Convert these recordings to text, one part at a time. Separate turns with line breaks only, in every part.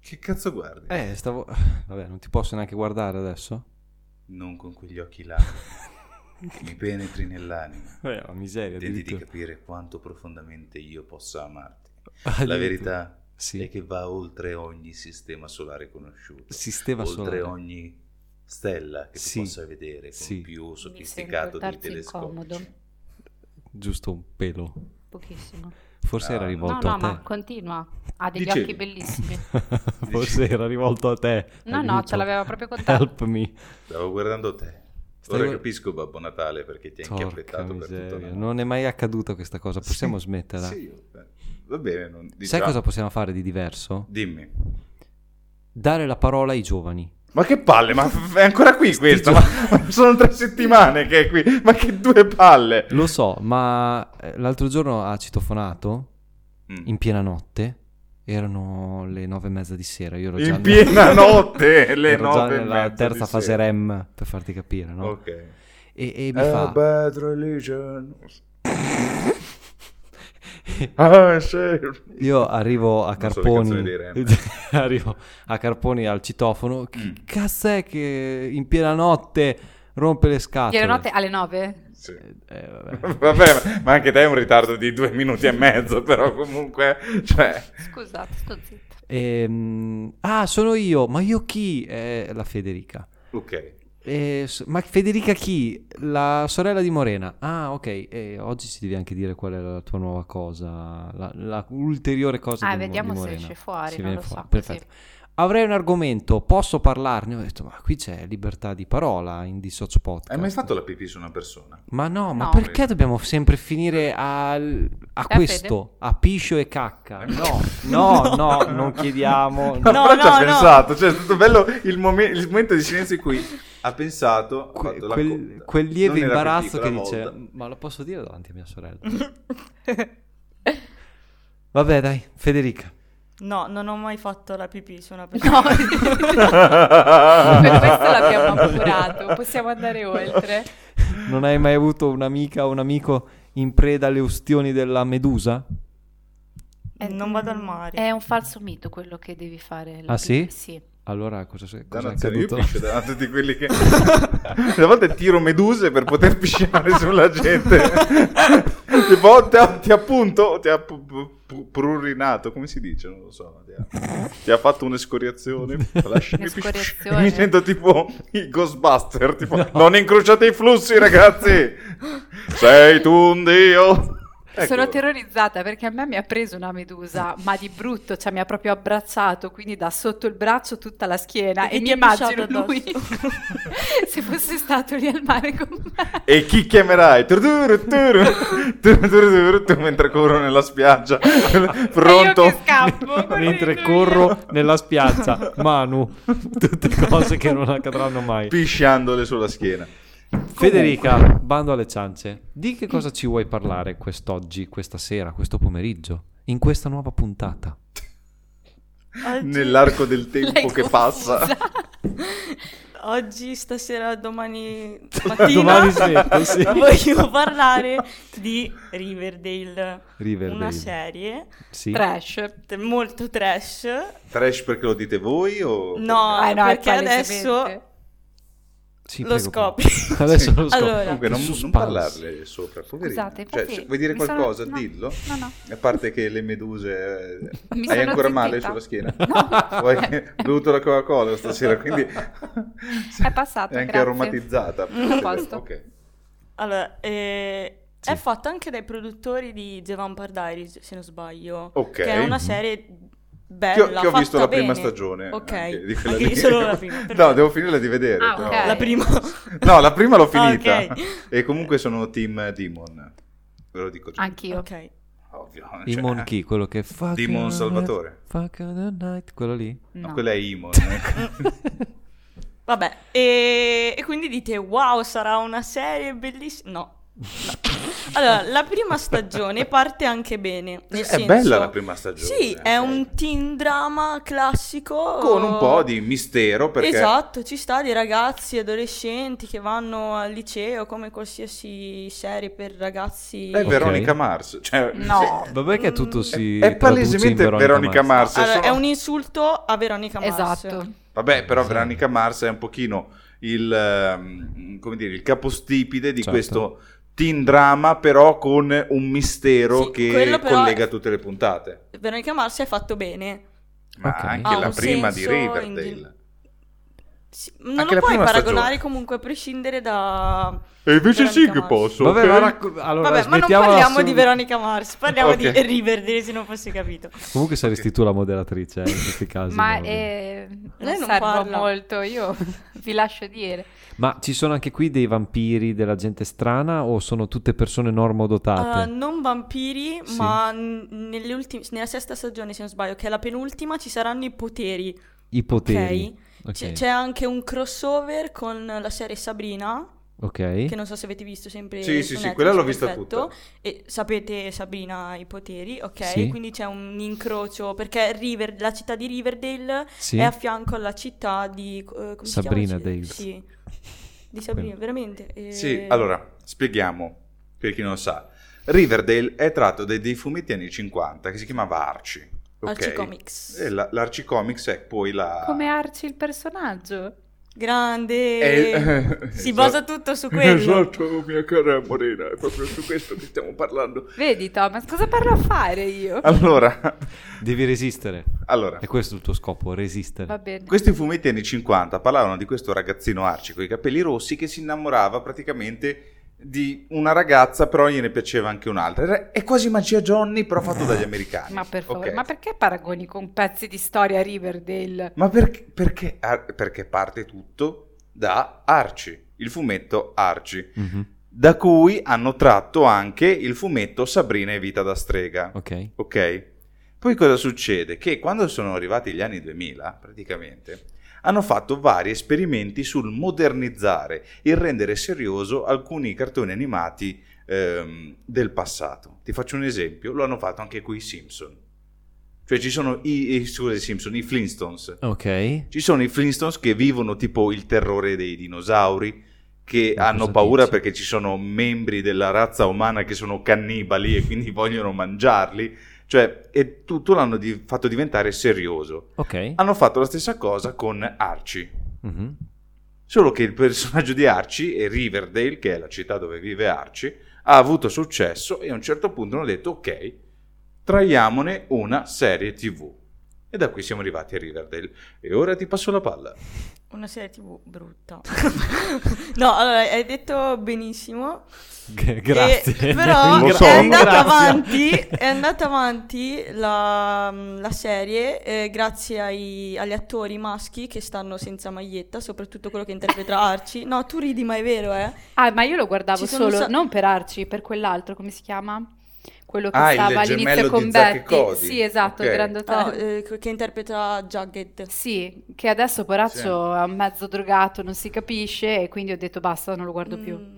Che cazzo guardi?
Eh, stavo... Vabbè, non ti posso neanche guardare adesso?
Non con quegli occhi là. che mi penetri nell'anima.
Eh, la miseria.
Devi di
addirittura.
capire quanto profondamente io possa amarti. La
Addirittura.
verità
Sì.
è che va oltre ogni sistema solare conosciuto.
Sistema
oltre
solare.
ogni stella che
Sì.
tu possa vedere con
Sì.
più sofisticato dei
portarsi
telescopi.
incomodo.
Giusto un pelo.
Pochissimo.
Forse
Ah,
era
no.
No,
rivolto
no,
a te.
ma continua. Ha degli
Dicevi.
occhi bellissimi.
Forse era rivolto a te.
No, no,
Aiuto.
ce l'aveva proprio contato.
Help me.
Stavo guardando te.
Stai
Ora
guard-
capisco Babbo Natale perché ti ha
Porca
inchiappettato per tutta
miseria.
la
Non è mai accaduta questa cosa. Possiamo smetterla?
Sì, eh, va bene. Non...
Sai
diciamo-
cosa possiamo fare di diverso?
Dimmi.
Dare la parola ai giovani.
Ma che palle, ma è ancora qui questo? Ma, ma sono tre settimane che è qui, ma che due palle!
Lo so, ma eh, l'altro giorno ha citofonato
Mm.
in piena notte. Erano le nove e mezza di sera. Io ero già
In
nel-
piena notte, le
ero già
nove e
nella
mezza
terza
di
fase
sera.
REM, per farti capire, no?
Ok. Eh,
E, e mi
A
fa...
bad religion. Ah, sì.
Io arrivo a
Non so le
Carponi,
canzoni dei Rem. Mm.
arrivo a Carponi al citofono. Chi cazzo è che in piena notte rompe le scatole?
Ieri notte alle 9?
Sì.
Eh, vabbè.
Vabbè, ma anche te hai un ritardo di due minuti e mezzo, però comunque, cioè...
Scusate, sto zitta.
Ehm, ah, sono io. Ma io chi? Eh, la Federica.
Ok.
Eh, s- ma Federica chi? La sorella di Morena. Ah, ok. eh, oggi ci devi anche dire qual è la tua nuova cosa, la, la ulteriore cosa
Ah,
di Mo-
vediamo
di
se
Morena.
esce fuori,
Se
non
viene
lo so,
Perfetto. Avrei un argomento, posso parlarne? Ho detto, ma qui c'è libertà di parola in Dissocio Podcast.
Eh, Hai mai fatto la pipì su una persona?
Ma no, ma
No.
perché dobbiamo sempre finire al- a,
Te,
questo, a piscio e cacca?
Eh,
No, no, no, non chiediamo.
No,
No,
però ci ha
no, no.
pensato, cioè è stato bello il, momen- il momento di silenzio in cui ha pensato, ha
Que-
fatto la
quel,
conta.
quel lieve
Non era
imbarazzo che
pipì quella
dice,
volta.
ma lo posso dire davanti a mia sorella? Vabbè dai, Federica.
No, non ho mai fatto la pipì su una persona.
No, per questo l'abbiamo appurato. Possiamo andare oltre.
Non hai mai avuto un'amica o un amico in preda alle ustioni della medusa?
Eh, non vado al mare.
È un falso mito quello che devi fare. la
Ah,
pi-
sì?
Sì.
Allora, cosa, cosa è
Dannazione, io
accaduto?
piscio da tutti quelli che... Una volta tiro meduse per poter pisciare sulla gente. tipo, oh, ti, ha, ti ha appunto, ti ha pu- pu- pu- prurinato, come si dice? Non lo so. Ti ha, ti ha fatto un'escoriazione. Lasciami pisciare.
Un'escoriazione.
Mi sento tipo i Ghostbuster, tipo, non incrociate i flussi ragazzi. Sei tu un dio. Ecco.
Sono
Eccolo.
terrorizzata perché a me mi ha preso una medusa, ma di brutto, cioè mi ha proprio abbracciato, quindi da sotto il braccio tutta la schiena
E
e,
ti
mi
ha
immagino
pisciato
lui se fosse stato lì al mare con me.
E chi chiamerai? Tururu, tururu, tururu, tururu, tu mentre corro nella spiaggia. Pronto?
E io che scappo,
Mentre
correndo via.
corro nella spiazza, Manu, tutte cose che non accadranno mai.
Pisciandole sulla schiena.
Ah,
Federica, bando alle ciance, di che cosa ci vuoi parlare quest'oggi, questa sera, questo pomeriggio, in questa nuova puntata?
Oggi,
Nell'arco del tempo
Lei
che
confusa.
passa.
oggi, stasera, domani mattina
Domani sera, sì.
voglio parlare di Riverdale,
Riverdale.
una serie
Sì.
Trash. Eh,
t- molto trash.
Trash perché lo dite voi o...
No,
Eh no, è
perché adesso
palesemente.
Sì,
lo
prego, prego.
scopri.
Adesso
Sì.
lo scopri.
Allora.
Comunque non, non
Suspense.
parlarle sopra, poverina.
Scusate,
Cioè,
infatti
se vuoi dire
mi sono-
qualcosa,
no,
dillo.
no, no.
A parte che le meduse... eh,
Mi
Hai
sono
ancora male
zittita.
sulla schiena? Vuoi che- Ho bevuto la Coca-Cola stasera, quindi... È
passata,
È anche
grazie. Mm,
aromatizzata.
A posto.
Ok.
Allora, eh,
Sì.
è fatto anche dai produttori di The Vampire Diaries, se non sbaglio.
Ok.
Che è
Mhm.
una serie
Che ho,
bella,
che ho visto
Eh, fatta
la prima
bene.
stagione.
Ok,
anche di quella
anche
lì.
io solo la prima.
No,
perfetto.
devo finirla di vedere.
Ah,
però.
ok.
La prima.
No, la prima l'ho finita.
Ah, ok.
E comunque sono team Demon. Ve lo dico già.
Anch'io.
ok.
Ovvio. cioè,
Demon chi? Quello che fa...
Demon Salvatore.
Fuck the night, quello lì.
No,
No.
quella è Imon.
Vabbè, e, e quindi dite, wow, sarà una serie bellissima. No. Allora, la prima stagione parte anche bene. Nel
È
senso-
bella la prima stagione. Eh,
Sì, è un teen drama classico.
Con un po' di mistero perché...
Esatto, ci sta di ragazzi adolescenti che vanno al liceo come qualsiasi serie per ragazzi.
È
Ok.
Veronica Mars. Cioè,
No,
Ma perché tutto si
È
traduce in
palesemente Veronica Mars.
Allora,
sono-
È un insulto a Veronica Mars.
esatto.
Vabbè, però
Sì.
Veronica Mars è un pochino il, ehm, come dire, il capostipite di
Certo.
questo teen drama, però con un mistero
Sì,
che
quello però-
collega tutte le puntate.
Veronica Mars è fatto bene.
Ma
Ok.
anche
Ha
la
un
prima di
senso
Riverdale.
in- Sì, non
Anche
lo
la
puoi
prima
paragonare
stagione.
comunque a prescindere da...
E invece sì
Veronica
che
Mars.
posso.
Vabbè,
ok?
ma racco- allora,
Vabbè, ma non
smettiamola
parliamo
su-
di Veronica Mars, parliamo
Ok.
di Riverdale se non fosse capito.
Comunque saresti tu la moderatrice eh, in questi casi.
Ma
no?
eh, non
Lei non
servo
parla.
molto, io vi lascio dire.
Ma ci sono anche qui dei vampiri della gente strana o sono tutte persone
Uh,
normodotate?
non vampiri,
Sì.
ma n- nelle ultime- nella sesta stagione, se non sbaglio, che è la penultima, ci saranno i poteri, ok?
I poteri. Ok.
C- c'è anche un crossover con la serie Sabrina,
Ok.
che non so se avete visto sempre
Sì,
su
sì, sì,
Eh, Netflix,
quella l'ho vista
perfetto.
tutta.
E sapete Sabrina ha i poteri, ok?
Sì.
Quindi c'è un incrocio, perché River- la città di Riverdale
Sì.
è a fianco alla città di... eh, come si chiama?
Sabrina Dale.
Sì, di Sabrina,
Quella.
veramente. eh,
Sì, allora, spieghiamo per chi non lo sa. Riverdale è tratto dai dei fumetti anni 50 che si chiamava Arci. ok?
Archie Comics.
E la- l'Arci Comics è poi la...
Come Arci il personaggio?
Grande!
Eh,
si
esatto.
basa tutto su quello.
Esatto, mia cara Morena, è proprio su questo che stiamo parlando.
Vedi Thomas, cosa parlo a fare io?
Allora,
Devi resistere.
allora,
È questo il tuo scopo, resistere.
Va bene.
questi fumetti anni 50 parlavano di questo ragazzino arci con i capelli rossi che si innamorava praticamente di una ragazza, però gliene piaceva anche un'altra. Era- È quasi magia Johnny, però fatto dagli americani.
Ma per favore,
Ok.
ma perché paragoni con pezzi di storia Riverdale?
Ma perché, perché Ar- perché parte tutto da Arci, il fumetto Arci,
Mhm,
da cui hanno tratto anche il fumetto Sabrina e Vita da strega.
Ok.
Ok? Poi cosa succede? Che quando sono arrivati gli anni 2000, praticamente, hanno fatto vari esperimenti sul modernizzare e rendere serioso alcuni cartoni animati ehm, del passato. Ti faccio un esempio, lo hanno fatto anche con i Simpson. Cioè ci sono i, i- scusa, i Simpson, i Flintstones.
Ok.
Ci sono i Flintstones che vivono tipo il terrore dei dinosauri, che
Ma
hanno
cosa
paura
dici?
perché ci sono membri della razza umana che sono cannibali e quindi vogliono mangiarli. Cioè, e tutto l'hanno di- fatto diventare serioso.
Ok.
Hanno fatto la stessa cosa con Archie.
Mhm.
Solo che il personaggio di Archie e Riverdale, che è la città dove vive Archie, ha avuto successo e a un certo punto hanno detto ok, traiamone una serie tv. E da qui siamo arrivati a Riverdale. E ora ti passo la palla.
Una serie tv brutta. no, allora, hai detto benissimo.
G- grazie.
E- eh, però
Lo so,
è andata
grazie.
avanti, è andata avanti la, la serie eh, grazie ai- agli attori maschi che stanno senza maglietta, soprattutto quello che interpreta Arci. No, tu ridi, ma è vero, eh?
Ah, ma io lo guardavo
Ci sono
solo,
sa-
non per Arci, per quell'altro, come si chiama? Quello che
Ah, il
stava all'inizio
gemello
con
di Zack e
Betty.
Cody.
Sì, esatto,
Ok.
il grandotello.
No, eh, che interpreta Jughead.
Sì, che adesso Porazzo
Sì.
è un mezzo drogato, non si capisce e quindi ho detto basta, non lo guardo più.
Mm,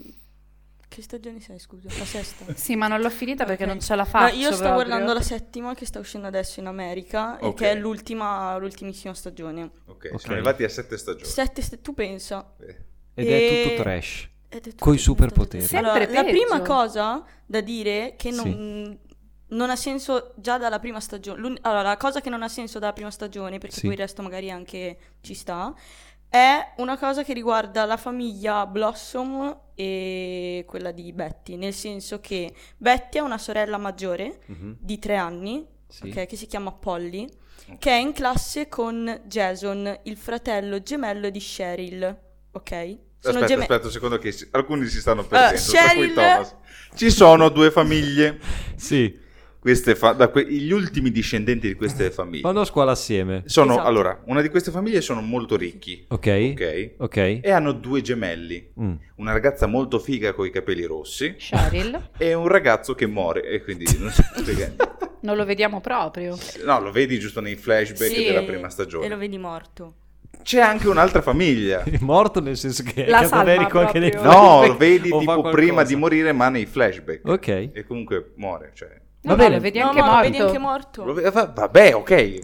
Che stagione sei, scusa? La sesta.
Sì, ma non l'ho finita perché
Ok.
non ce la
No,
faccio.
io sto
proprio.
guardando la settima che sta uscendo adesso in America, e
Ok.
che è l'ultima, l'ultimissima stagione.
Ok,
Ok.
sono arrivati a sette stagioni.
Sette, st- tu pensa.
Eh,
Ed è
e-
tutto trash.
Ed è tutto
Coi
finito.
superpoteri.
Sempre
Allora, la
peggio.
prima cosa da dire che non, non ha senso già dalla prima stagione. l'un- Allora, la cosa che non ha senso dalla prima stagione, perché
Sì.
poi il resto magari anche ci sta, è una cosa che riguarda la famiglia Blossom e quella di Betty. Nel senso che Betty ha una sorella maggiore
Mhm,
di tre anni,
Sì.
ok, che si chiama Polly, che è in classe con Jason, il fratello gemello di Cheryl, ok?
Aspetta,
geme-
aspetta un secondo che si- alcuni si stanno perdendo. tra cui
Cheryl-
Thomas. Ci sono due famiglie.
Sì.
Queste fa- da que- gli ultimi discendenti di queste famiglie.
Vanno a scuola assieme.
Sono,
Esatto.
allora, una di queste famiglie sono molto ricchi,
Ok.
ok?
Ok.
E hanno due gemelli,
Mm.
una ragazza molto figa con i capelli rossi
Cheryl,
e un ragazzo che muore e quindi non si spiega niente.
non lo vediamo proprio.
No, lo vedi giusto nei flashback
Sì,
della
e-
prima
E lo
stagione.
vedi morto.
C'è anche un'altra famiglia.
È morto nel senso che
La
è cadaverico
salva
anche nei
proprio.
No,
flashback
lo vedi
o fa
tipo
qualcosa.
prima di morire, ma nei flashback.
Ok.
E comunque muore. Cioè.
Va
No, no,
bene.
lo vedi
No,
anche
ma lo vedi
morto.
anche morto.
Lo ve- va- Vabbè, ok.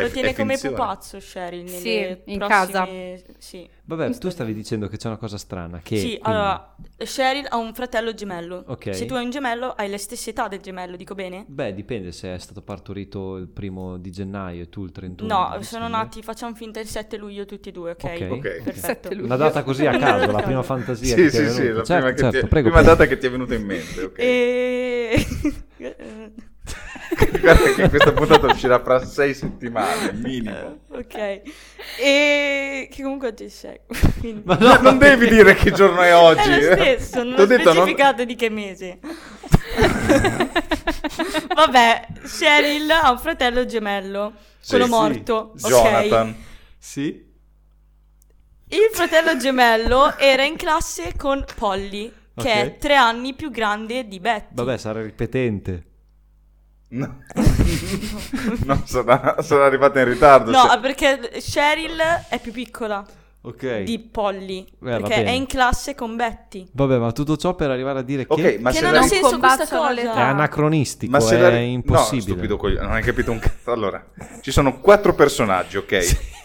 lo
È-
tiene
è
come
finzione.
pupazzo Sheryl nelle
Sì, in
prossime-
casa.
Sì.
Vabbè, tu stavi dicendo che c'è una cosa strana. Che,
Sì,
quindi-
allora, Sheryl ha un fratello gemello.
Ok.
Se tu hai un gemello, hai la stessa età del gemello, dico bene?
Beh, dipende se è stato partorito il primo di gennaio e tu il 31. di
No,
dicembre.
sono nati, facciamo finta il 7 luglio tutti e due, ok?
Ok.
Ok.
Perfetto.
Sette luglio.
Una data così a caso, la prima fantasia.
Sì,
che ti è
sì, sì,
venuta.
la
Certo,
prima, che
certo,
ti è,
prego,
prima
prego.
data che ti è venuta in mente. ok.
E...
Guarda che questa puntata uscirà fra sei settimane,
Eh.
minimo.
ok. E che comunque oggi è sei. quindi-
Ma
No, non devi dire che giorno è oggi.
È lo stesso, non
T'ho
ho
detto, non-
specificato di che mese. Vabbè, Cheryl ha un fratello gemello,
Sì,
quello
sì.
morto, ok?
Jonathan.
Sì.
Il fratello gemello era in classe con Polly, che
Ok.
è tre anni più grande di Betty.
Vabbè, sarà ripetente.
No, No, sarà, sarà arrivata in ritardo.
No,
se-
perché Cheryl è più piccola
Ok. Eh,
di Polly,
va
perché è
bene.
in classe con Betty.
Vabbè, ma tutto ciò per arrivare a dire
Ok,
che
ma
che
se
Cioè, non
la-
ha
Non
senso questa
combattono le
cosa.
età.
è anacronistico,
Ma se
è
la- No,
impossibile.
stupido coglio- non hai capito un cazzo. Allora, ci sono quattro personaggi, ok? Ah.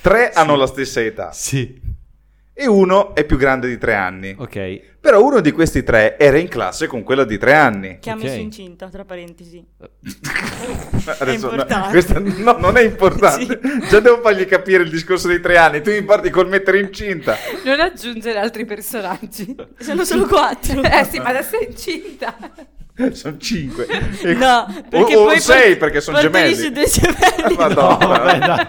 Tre hanno la stessa età
Sì.
e uno è più grande di tre anni.
Ok.
Però uno di questi tre era in classe con quella di tre anni.
Che ha
Ok.
messo incinta, tra parentesi.
no,
importante.
questa- no, non è importante. Già devo fargli capire il discorso dei tre anni. Tu mi parti col mettere incinta.
Non aggiungere altri personaggi.
Sono solo quattro.
eh sì, ma adesso è incinta.
Sono cinque. E-
No, perché
o, o
poi
sei
port-
perché sono
portali
gemelli.
su due gemelli.
Madonna.
No, vabbè, dai.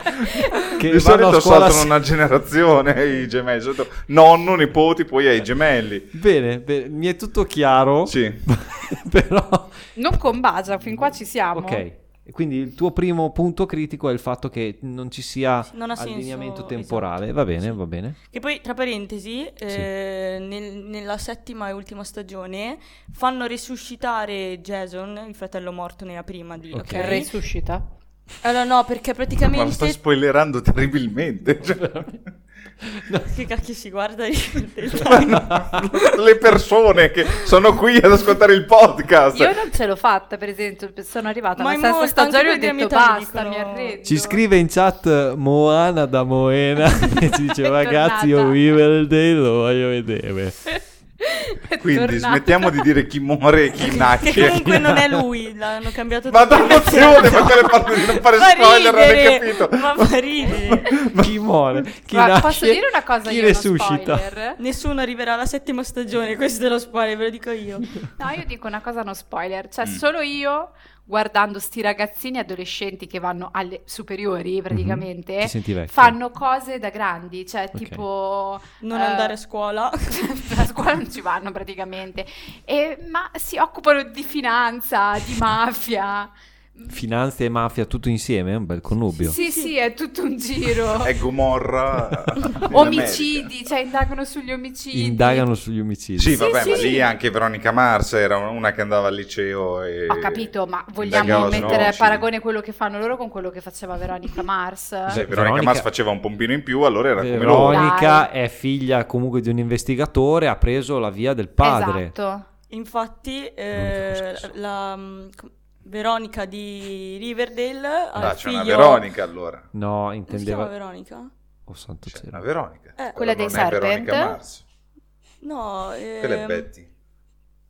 Che
Di
vanno a
solito
scuola
saltano una generazione i gemelli, Di solito nonno, nipoti, poi ai gemelli.
Bene, bene, mi è tutto chiaro.
Sì.
Però
Non con Baja, fin qua ci siamo.
Ok. Quindi il tuo primo punto critico è il fatto che non ci sia
non ha senso,
allineamento
esatto.
temporale. Va bene,
Sì.
va bene.
Che poi, tra parentesi, eh, nel- nella settima e ultima stagione fanno resuscitare Jason, il fratello morto nella prima di...
Ok.
Ok.
Che resuscita.
Allora no, perché
Ma lo stai
praticamente...
spoilerando terribilmente. cioè,
che cacchio si guarda?
le persone che sono qui ad ascoltare il podcast.
Io non ce l'ho fatta, per esempio, sono arrivata
Ma
alla
in
sesta
molti,
stagione e ho
anche quelli a
detto
metà mi
basta, mi
dicono-
arrendo.
Ci scrive in chat Moana da Moena e ci dice
È
ragazzi
tornata."
io Riverdale lo voglio vedere.
È
Quindi
tornata.
smettiamo di dire chi muore e chi
che
nasce.
comunque non è lui, l'hanno cambiato
Ma da
tutti i versi.
emozione per quelle parti di non fare
Fa
spoiler, non hai
ridere,
capito.
Ma fa ridere.
chi muore? Chi
Ma
nasce?
posso dire una cosa
chi
io, uno
resuscita?
spoiler?
Nessuno arriverà alla settima stagione, questo è lo spoiler, ve lo dico io.
No, io dico una cosa non spoiler, cioè
Mm.
solo io guardando sti ragazzini adolescenti che vanno alle superiori praticamente
Mhm, ti senti vecchio.
fanno cose da grandi, cioè
Ok.
tipo
Non
eh,
andare a scuola.
a scuola non ci vanno praticamente, E- ma si occupano di finanza, di mafia.
Finanza e mafia tutto insieme, è un bel connubio.
Sì, sì, è tutto un giro.
È Gomorra. in
omicidi, cioè indagano sugli omicidi.
Indagano sugli omicidi.
America. Sì,
Sì,
vabbè,
sì,
ma
sì.
lì anche Veronica Mars era una che andava al liceo e...
Ho capito, ma vogliamo
indagava su
mettere a
Eh, omicidi.
paragone quello che fanno loro con quello che faceva Veronica Mars?
Sì, Veronica,
Veronica-
Mars faceva un pompino in più, allora era come loro.
Veronica è figlia comunque di un investigatore, ha preso la via del padre.
Esatto.
Infatti,
Non fa
eh,
senso.
la mm, com- Veronica di Riverdale ha
Ah,
il
c'è una
figlio-
Veronica allora.
No,
Non si chiama
intendeva...
Veronica?
Oh santo
C'è
cielo.
una Veronica.
Eh,
Quella dei
non è
Serpent?
Veronica Mars.
No,
Quella è
ehm,
Betty.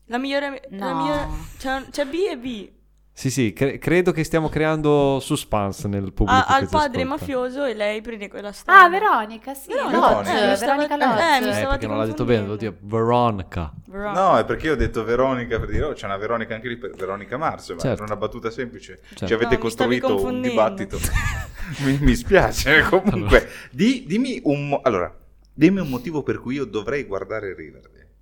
La migliore... ami- la
No.
migliore- c'è, c'è B e B.
Sì, sì, cre- credo che stiamo creando suspense nel pubblico.
Ha, ha
che
il
ci
padre
ascolta.
mafioso e lei prende quella strada.
Ah, Veronica, sì.
Veronica.
Lodge,
Veronica.
Veronica
Eh,
Lodge.
mi
Eh,
stavate
perché non l'ha detto bene,
confondendo.
l'ho detto Veronica.
Veronica.
No, è perché io ho detto Veronica per dire, oh, c'è una Veronica anche lì, per Veronica Mars, ma
Certo.
era una battuta semplice.
Certo.
Ci avete
No, mi stavi
costruito un
confondendo.
dibattito. mi, mi spiace, comunque. Di- dimmi, un, mo- allora, dimmi un motivo per cui io dovrei guardare Riverdale.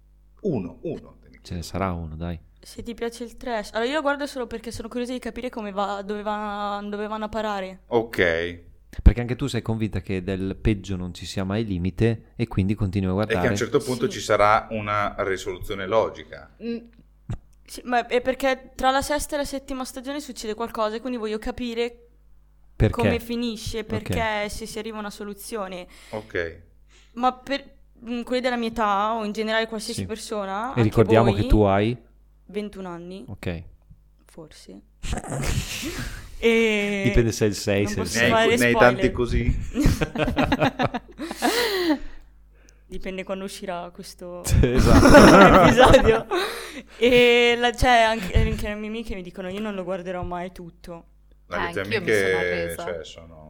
Uno, uno.
Ce ne sarà uno, dai.
Se ti piace il trash. Allora, io lo guardo solo perché sono curiosa di capire come va, dove, va- dove vanno a parare.
Ok.
Perché anche tu sei convinta che del peggio non ci sia mai limite e quindi continui a
E che a
guardare.
un certo punto
Sì.
ci sarà una risoluzione logica.
Eh,
Mm,
Sì, ma è perché tra la sesta e la settima stagione succede qualcosa e quindi voglio capire
Perché?
come finisce, perché se si arriva a una soluzione.
Ok.
Ma per mh, quelli della mia età o in generale qualsiasi
Sì.
persona...
e
anche
ricordiamo
voi,
che tu hai...
21 anni,
Ok.
forse. e...
Dipende se è il 6,
non
se è
Ne
il
posso
6.
fare-
hai, ne hai
spoiler.
tanti così?
Dipende quando uscirà questo
Esatto.
episodio. E la- cioè, anche, anche le mie amiche mi dicono io non lo guarderò mai tutto.
No, le tue
anch'io mi
amiche,
sono arresa.
cioè, sono...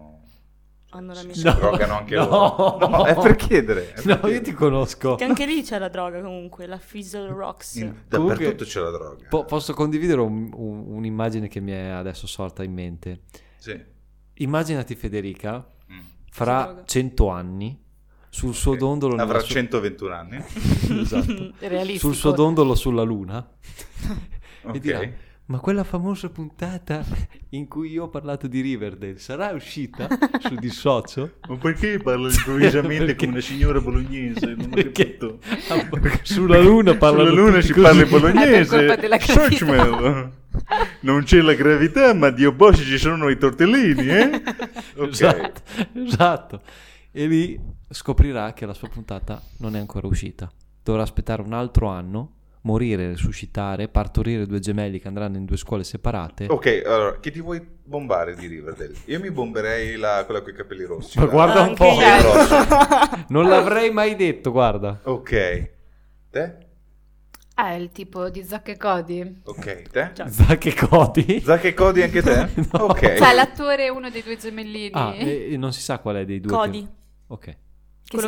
Hanno la mia
Si
No.
drogano anche
No.
loro. No, è per chiedere. è per
No,
chiedere.
io ti conosco.
Che anche lì c'è la droga comunque, la Fizzle Rocks.
In-
Comunque-
dappertutto c'è la droga.
Po- posso condividere un- un- un'immagine che mi è adesso sorta in mente.
Sì.
Immaginati Federica
Mm.
fra
droga.
100 anni sul suo
Ok.
dondolo nella
Avrà
sua-
121 anni.
Esatto.
Eh, Realistico.
sul suo dondolo sulla luna e
Ok.
dirà "Eh". ma quella famosa puntata in cui io ho parlato di Riverdale sarà uscita su Dissocio?
Ma perché parla
improvvisamente Perché- come una signora
bolognese?
Perché- sulla luna parla
Sulla luna ci parla in
È per colpa della
bolognese.
gravità.
Schwarzschild. Non c'è la gravità, ma Dio Bosci ci sono i tortellini, eh? Ok.
esatto, esatto. E lì scoprirà che la sua puntata non è ancora uscita. Dovrà aspettare un altro anno, morire, risuscitare, partorire due gemelli che andranno in due scuole separate.
Ok, allora, che ti vuoi bombare di Riverdale? Io mi bomberei la, quella con i capelli rossi.
Ma
la-
guarda un
Anche
po',
io.
Rosso. non l'avrei mai detto, guarda.
Ok. Te?
Ah, è il tipo di Zack e Cody.
Ok, te?
Ciao.
Zack e Cody.
Zack e Cody anche te?
No.
Ok.
Cioè, l'attore è uno dei due
Eh.
gemellini.
Ah, e, e non si sa qual è dei due. che-
Cody,
Ok,
quello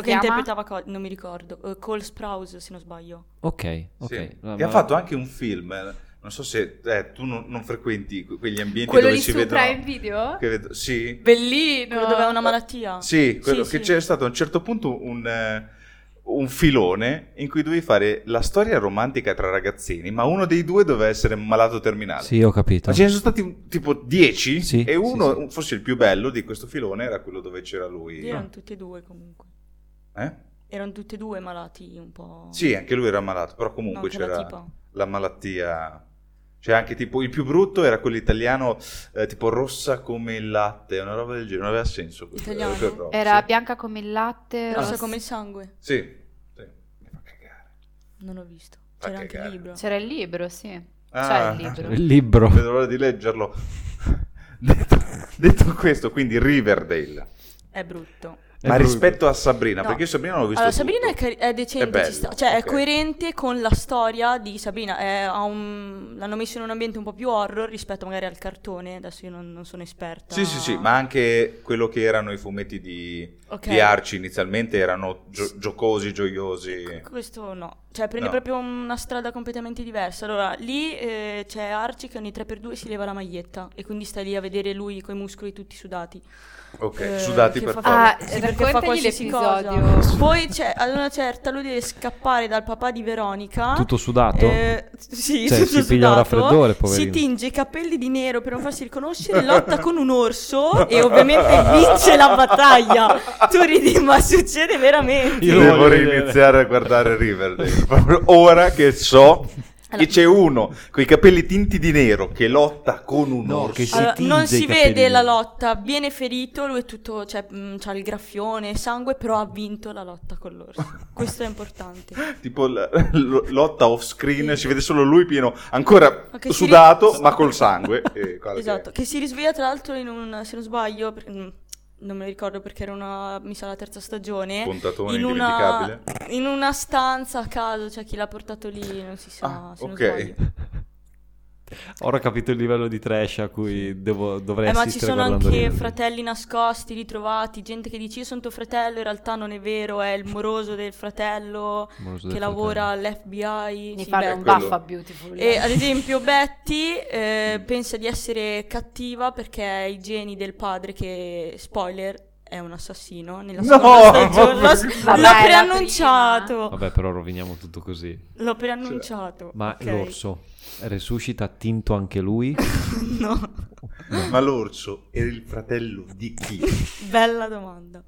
si
che
chiama?
interpretava Cody, non mi ricordo. Eh, Cole Sprouse, se non sbaglio.
ok, ok.
Sì. Che
Ma-
ha fatto anche un film. eh, Non so se eh, tu non, non frequenti que- quegli ambienti
Quello
dove
lì
si
su
vedono.
Prime Video?
che vedo- sì,
Bellino.
Quello dove ha una malattia.
sì, quello
Sì,
che
sì.
c'è stato a un certo punto un, eh, un filone in cui dovevi fare la storia romantica tra ragazzini, ma uno dei due doveva essere malato terminale.
Sì, ho capito.
Ma ce ne sono stati un- tipo 10
Sì,
e
sì,
uno,
sì.
forse il più bello di questo filone, era quello dove c'era lui.
Erano tutti e due comunque.
Eh?
Erano tutti e due malati un po'.
Sì, anche lui era malato, però
No,
comunque
anche la
c'era...
tipa.
la malattia. Cioè, anche tipo il più brutto era quello italiano, eh, tipo rossa come il latte, una roba del genere. Non aveva senso. quello,
Italiano?
quel rosso.
Era bianca come il latte.
Rossa
rossa-
come il sangue.
Sì, sì. Mi fa cagare.
Non l'ho visto.
Fa
C'era anche
cagare.
il libro.
C'era il libro, sì.
Ah.
C'è il libro.
Il libro.
Non vedo l'ora di leggerlo. detto, detto questo, quindi Riverdale.
È brutto.
È
Ma
brutto.
rispetto a Sabrina,
No.
perché io Sabrina l'ho visto
Allora, Sabrina è,
tutto.
cari- è decente,
È bello,
ci sta-
ok.
cioè è coerente con la storia di Sabrina. è- ha un- l'hanno messo in un ambiente un po' più horror rispetto magari al cartone. Adesso io non, non sono esperta.
Sì, sì, sì, ma anche quello che erano i fumetti di,
Ok.
di Arci inizialmente erano gio- giocosi, gioiosi.
Questo no, cioè prende
No.
proprio una strada completamente diversa. Allora, lì eh, c'è Arci che ogni 3x2 si leva la maglietta e quindi sta lì a vedere lui con i muscoli tutti sudati.
Ok,
Eh,
sudati
che
per
fa-
forza.
Ah,
Sì, perché fa
raccontagli
qualsiasi
l'episodio.
cosa. Poi c'è, ad una certa, lui deve scappare dal papà di Veronica.
Tutto sudato?
Eh, sì,
Cioè,
tutto
si piglia un
sudato.
raffreddore, poverino.
Si tinge i capelli di nero per non farsi riconoscere, lotta con un orso e ovviamente vince la battaglia. Tu ridi, ma succede veramente.
Ah, Io lo
devo
voglio vedere.
iniziare a guardare Riverdale. Proprio Ora che so che c'è uno con i capelli tinti di nero che lotta con un
No,
orso.
che si-
Allora,
tinge
non
i
si
capelli
vede la
neri.
lotta, viene ferito, lui è tutto, cioè, mh, c'ha il graffione, sangue, però ha vinto la lotta con l'orso. Questo è importante.
Tipo la- lo- lotta off screen, si vede solo lui pieno, ancora
Ma che si
sudato,
ri-
ma col sangue. Eh, guarda che-
Esatto, che si risveglia tra l'altro in un, se non sbaglio, per- mh, non me lo ricordo perché era una, mi sa la terza stagione,
Puntatone
in una,
indimenticabile.
in una stanza a caso, cioè chi l'ha portato lì, non si sa,
Ah,
se non
ok.
sbaglio.
Ora ho capito il livello di trash a cui devo, dovrei
Eh, ma ci
assistere
sono
guardando
anche
Riverdale.
fratelli nascosti, ritrovati, gente che dice io sono tuo fratello, in realtà non è vero, è il moroso del fratello
Moroso
che
del
lavora
fratello.
all'FBI.
Mi
sì,
fanno
beh,
un
quello.
baffo a Beautiful.
E ad esempio Betty eh, pensa di essere cattiva perché i geni del padre che, spoiler, è un assassino nella
No!
seconda
Ma-
stagione. L'ho-
Vabbè,
L'ho
la
preannunciato.
Vabbè, però roviniamo tutto così.
L'ho preannunciato.
Ma
ok.
l'orso resuscita tinto anche lui?
No,
Ma l'orso era il fratello di chi?
bella domanda.